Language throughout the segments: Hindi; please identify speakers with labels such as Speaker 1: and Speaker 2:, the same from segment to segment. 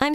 Speaker 1: I'm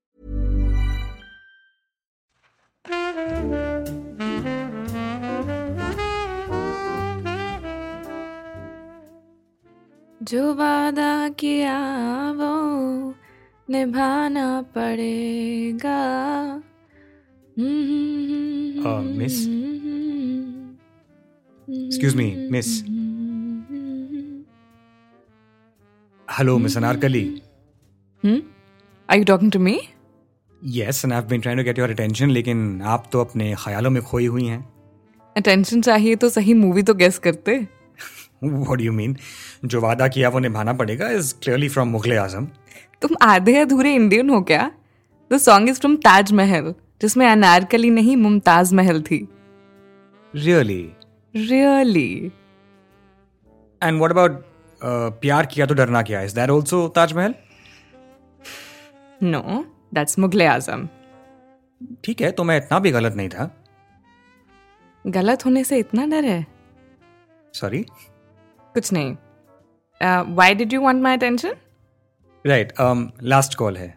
Speaker 2: जो वादा किया वो निभाना पड़ेगा
Speaker 3: Uh, miss? Excuse me, miss. Hello, Miss Anarkali.
Speaker 2: Are you talking to me
Speaker 3: Yes, and I've been trying to get your attention, लेकिन आप तो अपने ख्यालों में खोई हुई हैं
Speaker 2: अटेंशन चाहिए तो सही मूवी तो गेस करते
Speaker 3: What do you mean? जो वादा किया वो निभाना पड़ेगा is clearly from मुगल आजम
Speaker 2: तुम आधे अधूरे इंडियन हो क्या the song is from Taj Mahal जिसमें अनारकली नहीं मुमताज महल थी
Speaker 3: Really?
Speaker 2: Really
Speaker 3: And what about uh, प्यार किया तो डरना क्या? Is that also Taj Mahal?
Speaker 2: No that's Mughal e Azam
Speaker 3: ठीक है, तो मैं इतना भी गलत नहीं था.
Speaker 2: गलत होने से इतना डर है
Speaker 3: Sorry.
Speaker 2: कुछ Uh, नहीं why did you want my attention
Speaker 3: Right. Um, last call है.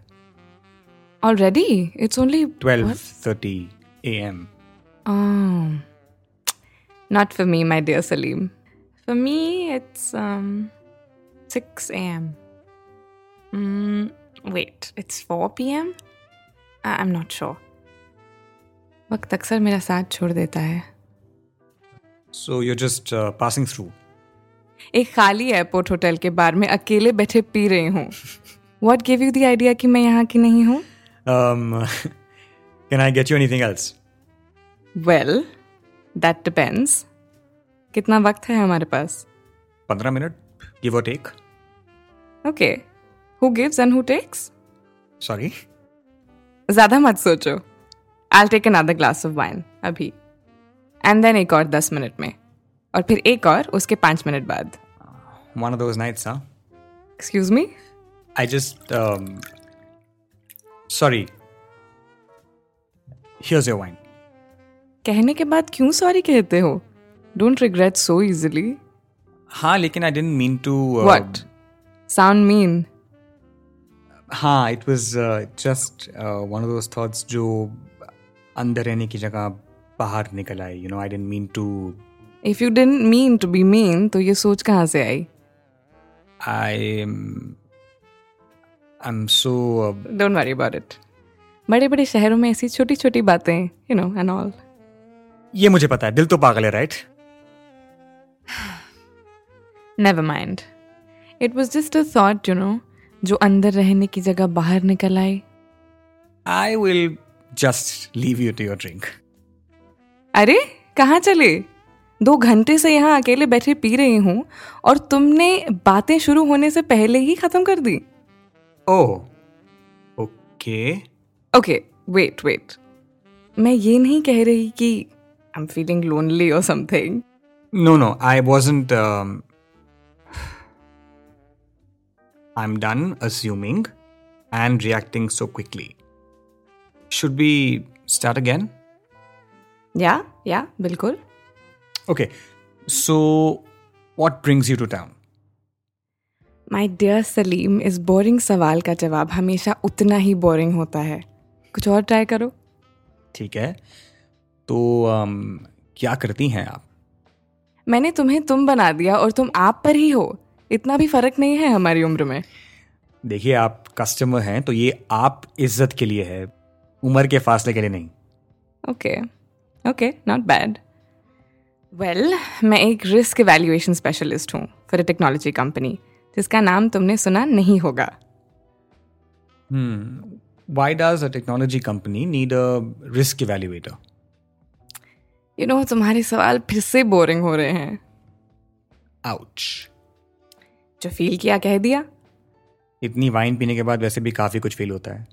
Speaker 2: Already it's only
Speaker 3: 12:30 a.m.
Speaker 2: Oh. Not for me, my dear Salim. For me, it's um 6 a.m. Mm, wait, it's 4 p.m.? I- I'm not sure. वक्त अक्सर मेरा साथ छोड़ देता है
Speaker 3: So you're just uh, passing through.
Speaker 2: एक खाली एयरपोर्ट होटल के बार में अकेले बैठे पी रही हूँ what give you the idea कि मैं यहाँ की नहीं हूँ
Speaker 3: Um, can I get you anything else?
Speaker 2: Well that depends कितना वक्त है हमारे पास
Speaker 3: 15 minute, give or take.
Speaker 2: Okay who gives and who takes
Speaker 3: Sorry.
Speaker 2: ज्यादा मत सोचो I take another glass of wine अभी एंड देन एक और दस मिनट में और फिर एक और उसके पाँच मिनट बाद
Speaker 3: One of those nights, huh?
Speaker 2: Excuse me
Speaker 3: I just um. Sorry. Here's your wine.
Speaker 2: कहने के बाद क्यों सॉरी कहते हो डोंट रिग्रेट सो इजिली
Speaker 3: हाँ लेकिन I didn't mean to. Uh,
Speaker 2: what sound mean
Speaker 3: हाँ it was uh, just uh, one of those thoughts जो अंदर रहने की जगह बाहर निकल आई you know I didn't mean to
Speaker 2: if you didn't mean to be mean तो ये सोच कहाँ से आई
Speaker 3: I'm I'm so uh,
Speaker 2: don't worry about it बड़े बड़े शहरों में ऐसी छोटी छोटी बातें यू नो एंड ऑल
Speaker 3: ये मुझे पता है दिल तो पागल है right
Speaker 2: never mind it was just a thought you know जो अंदर रहने की जगह बाहर निकल आई
Speaker 3: I will just leave you to your drink
Speaker 2: अरे कहाँ चले दो घंटे से यहाँ अकेले बैठे पी रही हूँ और तुमने बातें शुरू होने से पहले ही खत्म कर दी
Speaker 3: oh okay
Speaker 2: okay wait wait मैं ये नहीं कह रही कि आई एम फीलिंग लोनली और something
Speaker 3: no no I wasn't I am done assuming and reacting so quickly should we start again?
Speaker 2: या या बिल्कुल
Speaker 3: Okay, so what brings you to town?
Speaker 2: My dear Salim इस बोरिंग सवाल का जवाब हमेशा उतना ही बोरिंग होता है कुछ और ट्राई करो
Speaker 3: ठीक है तो um, क्या करती हैं आप
Speaker 2: मैंने तुम्हें तुम बना दिया और तुम आप पर ही हो इतना भी फर्क नहीं है हमारी उम्र में
Speaker 3: देखिए आप कस्टमर हैं तो ये आप इज्जत के लिए है उम्र के फासले के लिए नहीं
Speaker 2: okay okay not bad well मैं एक रिस्क वैल्यूएशन स्पेशलिस्ट हूँ फॉर अ टेक्नोलॉजी कंपनी जिसका नाम तुमने सुना नहीं होगा
Speaker 3: Why does a technology company need a risk evaluator?
Speaker 2: You you know know, तुम्हारे सवाल फिर से बोरिंग हो रहे हैं
Speaker 3: Ouch.
Speaker 2: जो फील किया कह दिया
Speaker 3: इतनी वाइन पीने के बाद वैसे भी काफी कुछ फील होता है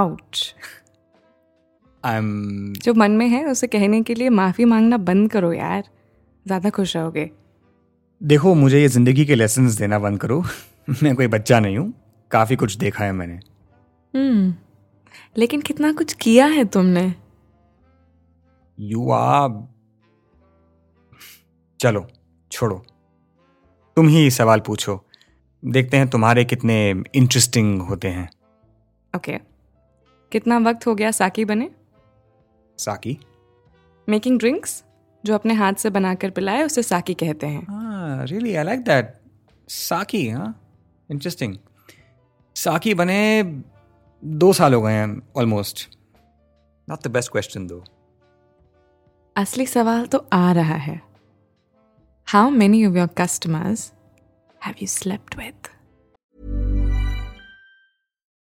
Speaker 2: आउट
Speaker 3: आई एम
Speaker 2: जो मन में है उसे कहने के लिए माफी मांगना बंद करो यार ज्यादा खुश रहोगे
Speaker 3: देखो मुझे ये जिंदगी के लेसन देना बंद करो मैं कोई बच्चा नहीं हूँ काफी कुछ देखा है मैंने
Speaker 2: लेकिन कितना कुछ किया है तुमने
Speaker 3: यू आर चलो छोड़ो तुम ही सवाल पूछो देखते हैं तुम्हारे कितने इंटरेस्टिंग होते हैं
Speaker 2: ओके okay. कितना वक्त हो गया साकी बने
Speaker 3: साकी
Speaker 2: मेकिंग ड्रिंक्स जो अपने हाथ से बनाकर पिलाए उसे साकी कहते हैं
Speaker 3: हाँ रियली आई लाइक दैट साकी हाँ इंटरेस्टिंग साकी बने दो साल हो गए हैं almost not the best question दो
Speaker 2: असली सवाल तो आ रहा है how many of your customers have you slept with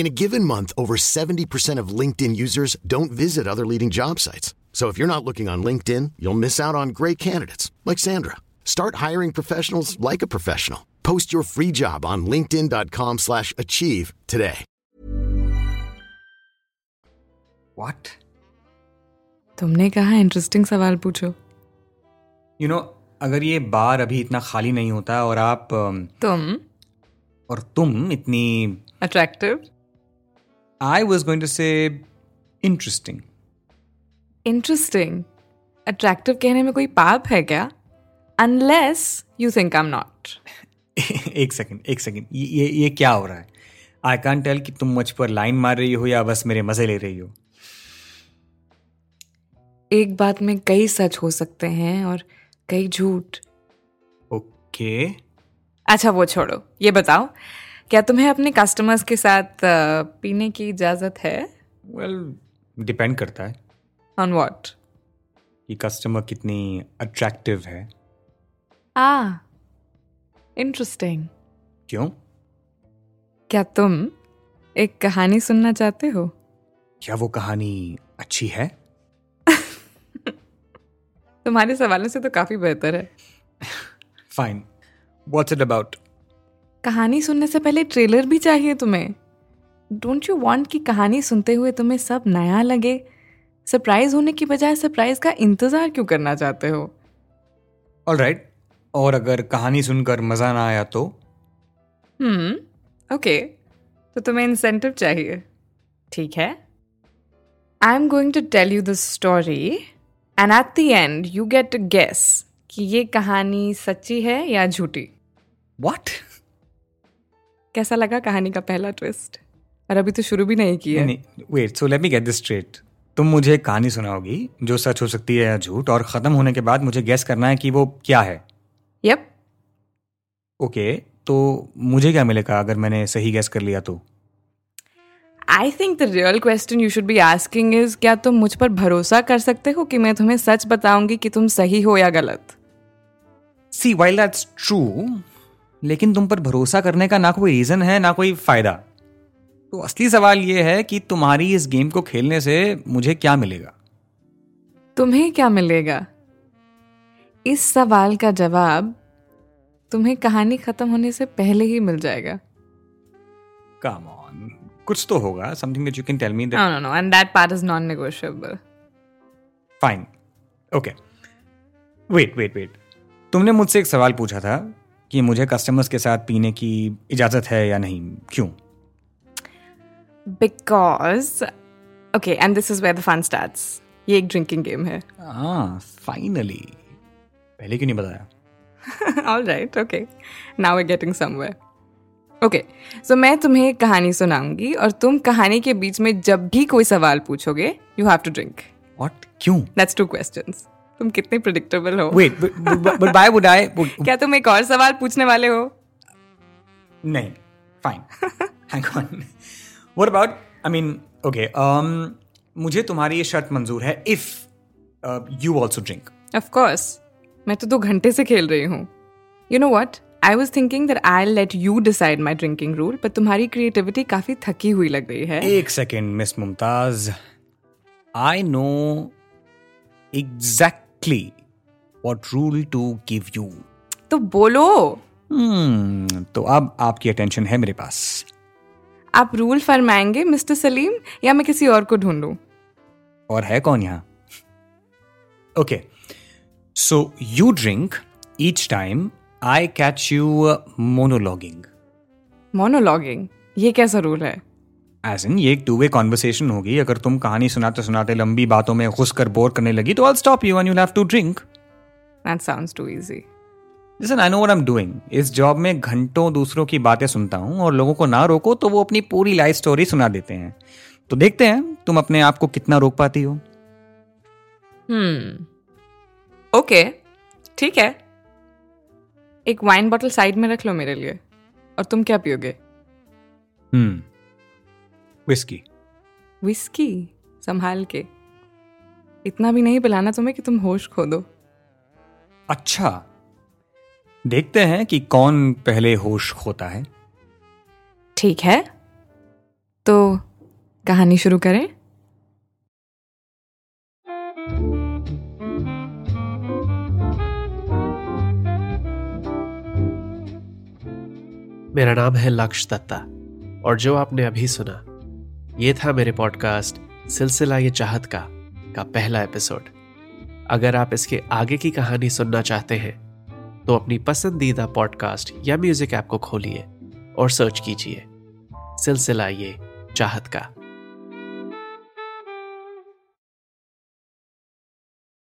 Speaker 4: In a given month, over 70% of LinkedIn users don't visit other leading job sites. So if you're not looking on LinkedIn, you'll miss out on great candidates like Sandra. Start hiring professionals like a professional. Post your free job on linkedin.com/achieve slash achieve today.
Speaker 3: What
Speaker 2: तुमने कहा इंटरेस्टिंग सवाल पूछो
Speaker 3: यू नो अगर ये बार अभी इतना खाली नहीं होता और आप um,
Speaker 2: तुम
Speaker 3: और तुम इतनी
Speaker 2: attractive
Speaker 3: I was going to say interesting
Speaker 2: interesting attractive कहने में कोई पाप है क्या unless you think I am not
Speaker 3: एक सेकंड एक सेकंड ये ये ये क्या हो रहा है आई कान टेल कि तुम मुझ पर लाइन मार रही हो या बस मेरे मजे ले रही हो
Speaker 2: एक बात में कई सच हो सकते हैं और कई झूठ
Speaker 3: ओके
Speaker 2: अच्छा वो छोड़ो ये बताओ क्या तुम्हें अपने कस्टमर्स के साथ अ, पीने की इजाज़त है
Speaker 3: वेल डिपेंड करता है
Speaker 2: ऑन वॉट
Speaker 3: कि कस्टमर कितनी अट्रैक्टिव है
Speaker 2: आ इंटरेस्टिंग
Speaker 3: क्यों
Speaker 2: क्या तुम एक कहानी सुनना चाहते हो
Speaker 3: क्या वो कहानी अच्छी है
Speaker 2: तुम्हारे सवालों से तो काफ़ी बेहतर है
Speaker 3: फाइन व्हाट्स इट अबाउट
Speaker 2: कहानी सुनने से पहले ट्रेलर भी चाहिए तुम्हें डोंट यू वांट कि कहानी सुनते हुए तुम्हें सब नया लगे सरप्राइज होने की बजाय सरप्राइज का इंतजार क्यों करना चाहते हो
Speaker 3: ऑल राइट और अगर कहानी सुनकर मज़ा ना आया तो
Speaker 2: हम्म ओके तो तुम्हें इंसेंटिव चाहिए ठीक है I am going to tell you this story and at the end you get to guess कि ये कहानी सच्ची है या झूठी
Speaker 3: व्हाट
Speaker 2: कैसा लगा कहानी का पहला ट्विस्ट और अभी तो शुरू भी नहीं किया है
Speaker 3: नहीं wait so let me get this straight तुम मुझे एक कहानी सुनाओगी जो सच हो सकती है या झूठ और ख़त्म होने के बाद मुझे गेस करना है कि वो क्या है
Speaker 2: यप
Speaker 3: ओके तो मुझे क्या मिलेगा अगर मैंने सही गेस कर लिया तो
Speaker 2: I think the real question you should be asking is क्या तुम मुझ पर भरोसा कर सकते हो कि मैं तुम्हें सच बताऊंगी कि तुम सही हो या गलत
Speaker 3: सी वाइल दैट्स ट्रू लेकिन तुम पर भरोसा करने का ना कोई रीज़न है ना कोई फ़ायदा तो असली सवाल यह है कि तुम्हारी इस गेम को खेलने से मुझे क्या मिलेगा
Speaker 2: तुम्हें क्या मिलेगा इस सवाल का जवाब तुम्हें कहानी खत्म होने से पहले ही मिल जाएगा
Speaker 3: कम ऑन कुछ तो होगा something that you can tell me
Speaker 2: no no no and that part is non negotiable
Speaker 3: fine okay wait wait wait तुमने मुझसे एक सवाल पूछा था कि मुझे कस्टमर्स के साथ पीने की इजाजत है या नहीं क्यों
Speaker 2: because okay and this is where the fun starts ये एक ड्रिंकिंग गेम है
Speaker 3: हाँ फाइनली पहले क्यों नहीं बताया
Speaker 2: all right okay now we getting somewhere okay so मैं तुम्हें एक कहानी सुनाऊंगी और तुम कहानी के बीच में जब भी कोई सवाल पूछोगे you have to drink
Speaker 3: what क्यों
Speaker 2: दैट्स टू क्वेश्चंस तुम कितने प्रिडिक्टेबल हो
Speaker 3: wait but why would I
Speaker 2: क्या तुम एक और सवाल पूछने वाले हो
Speaker 3: नहीं fine hang on what about I mean okay um, मुझे तुम्हारी ये शर्त मंजूर है uh, if you also drink
Speaker 2: of course मैं तो दो घंटे से खेल रही हूँ you know what I was thinking that I let you decide my drinking rule पर तुम्हारी क्रिएटिविटी काफी थकी हुई लग रही है
Speaker 3: एक second Miss Mumtaz I know exactly what rule to give you
Speaker 2: तो बोलो
Speaker 3: तो अब आपकी अटेंशन है मेरे पास
Speaker 2: आप रूल फरमाएंगे मिस्टर सलीम या मैं किसी और को ढूंढूं
Speaker 3: और है कौन यहाँ okay so you drink each time I catch you monologuing
Speaker 2: monologuing ये कैसा रूल है
Speaker 3: एज इन ये एक टू वे कॉन्वर्सेशन होगी अगर तुम कहानी सुनाते सुनाते लंबी बातों में घुस कर बोर करने लगी तो I stop you and you have to drink
Speaker 2: that sounds too easy
Speaker 3: listen I know what I am doing इस जॉब में घंटों दूसरों की बातें सुनता हूँ और लोगों को ना रोको तो वो अपनी पूरी लाइफ स्टोरी सुना देते हैं तो देखते हैं तुम अपने आप को कितना रोक पाती हो
Speaker 2: हम्म ओके ठीक है एक वाइन बॉटल साइड में रख लो मेरे लिए और तुम क्या पियोगे
Speaker 3: हम्म विस्की
Speaker 2: विस्की संभाल के इतना भी नहीं पिलाना तुम्हें कि तुम होश खो दो
Speaker 3: अच्छा देखते हैं कि कौन पहले होश खोता है
Speaker 2: ठीक है तो कहानी शुरू करें
Speaker 5: मेरा नाम है लक्ष्य दत्ता और जो आपने अभी सुना ये था मेरे पॉडकास्ट सिलसिला ये चाहत का का पहला एपिसोड अगर आप इसके आगे की कहानी सुनना चाहते हैं तो अपनी पसंदीदा पॉडकास्ट या म्यूजिक ऐप को खोलिए और सर्च कीजिए सिलसिला ये चाहत का